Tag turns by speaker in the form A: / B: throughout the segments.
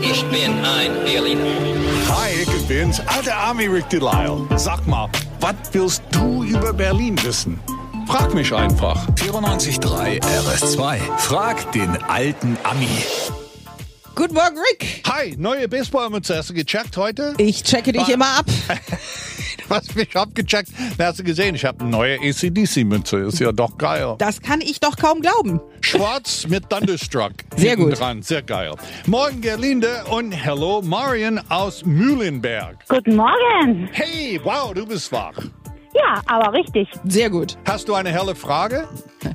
A: Ich bin ein Berliner.
B: Hi, ich bin's, alter Army Rick Delisle. Sag mal, was willst du über Berlin wissen? Frag mich einfach.
C: 94.3 RS2. Frag den alten Ami.
D: Guten Morgen, Rick.
B: Hi, neue Baseballmütze. Hast du gecheckt heute?
D: Ich checke dich immer ab.
B: Was mich abgecheckt? Na, hast du gesehen, ich habe eine neue ACDC-Mütze. Ist ja doch geil.
D: Das kann ich doch kaum glauben.
B: Schwarz mit Thunderstruck.
D: Sehr
B: hinten
D: gut.
B: Dran. Sehr geil. Morgen Gerlinde und Hello Marion aus Mühlenberg.
E: Guten Morgen.
B: Hey, wow, du bist wach.
E: Ja, aber richtig.
D: Sehr gut.
B: Hast du eine helle Frage?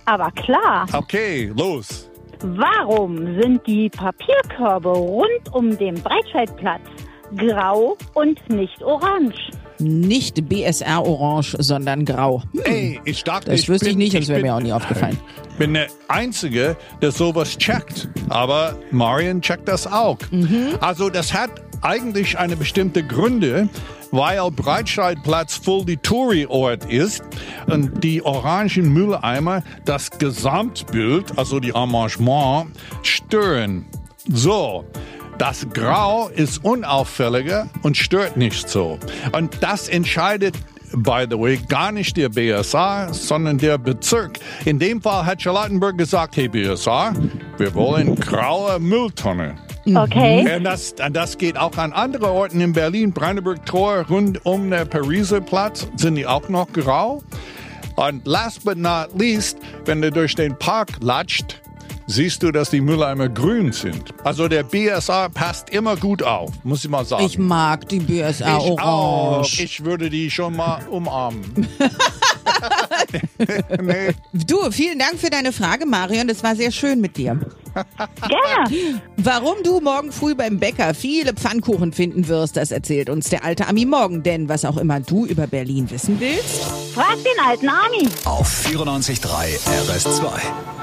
E: Aber klar,
B: Okay, los.
E: warum sind die Papierkörbe rund um den Breitscheidplatz grau und nicht orange?
D: Nicht BSR orange, sondern grau. Hm,
B: Ey, ich dachte,
D: das wüsste ich
B: bin-
D: nicht, sonst wäre
B: bin-
D: mir auch nie aufgefallen.
B: Ich bin der Einzige, der sowas checkt. Aber Marion checkt das auch.
D: Mhm.
B: Also das hat eigentlich eine bestimmte Gründe, weil Breitscheidplatz voll die Touri-Ort ist und die orangen Mülleimer das Gesamtbild, also die Arrangement, stören. So. Das Grau ist unauffälliger und stört nicht so. Und das entscheidet By the way, gar nicht der BSA, sondern der Bezirk. In dem Fall hat Charlottenburg gesagt, hey BSA, wir wollen graue Mülltonne.
E: Okay.
B: Und das, und das geht auch an andere Orten in Berlin, Brandenburg Tor, rund um den Pariser Platz, sind die auch noch grau. Und last but not least, wenn du durch den Park latscht, siehst du, dass die Mülleimer grün sind. Also der BSA passt immer gut auf, muss ich mal sagen.
D: Ich mag die BSR
B: Ich auch.
D: orange.
B: Ich würde die schon mal umarmen. nee.
D: Du, vielen Dank für deine Frage, Marion. Das war sehr schön mit dir.
E: Gerne.
D: Warum du morgen früh beim Bäcker viele Pfannkuchen finden wirst, das erzählt uns der alte Ami morgen. Denn was auch immer du über Berlin wissen willst,
E: Frag den alten Ami.
C: Auf 94.3 RS2.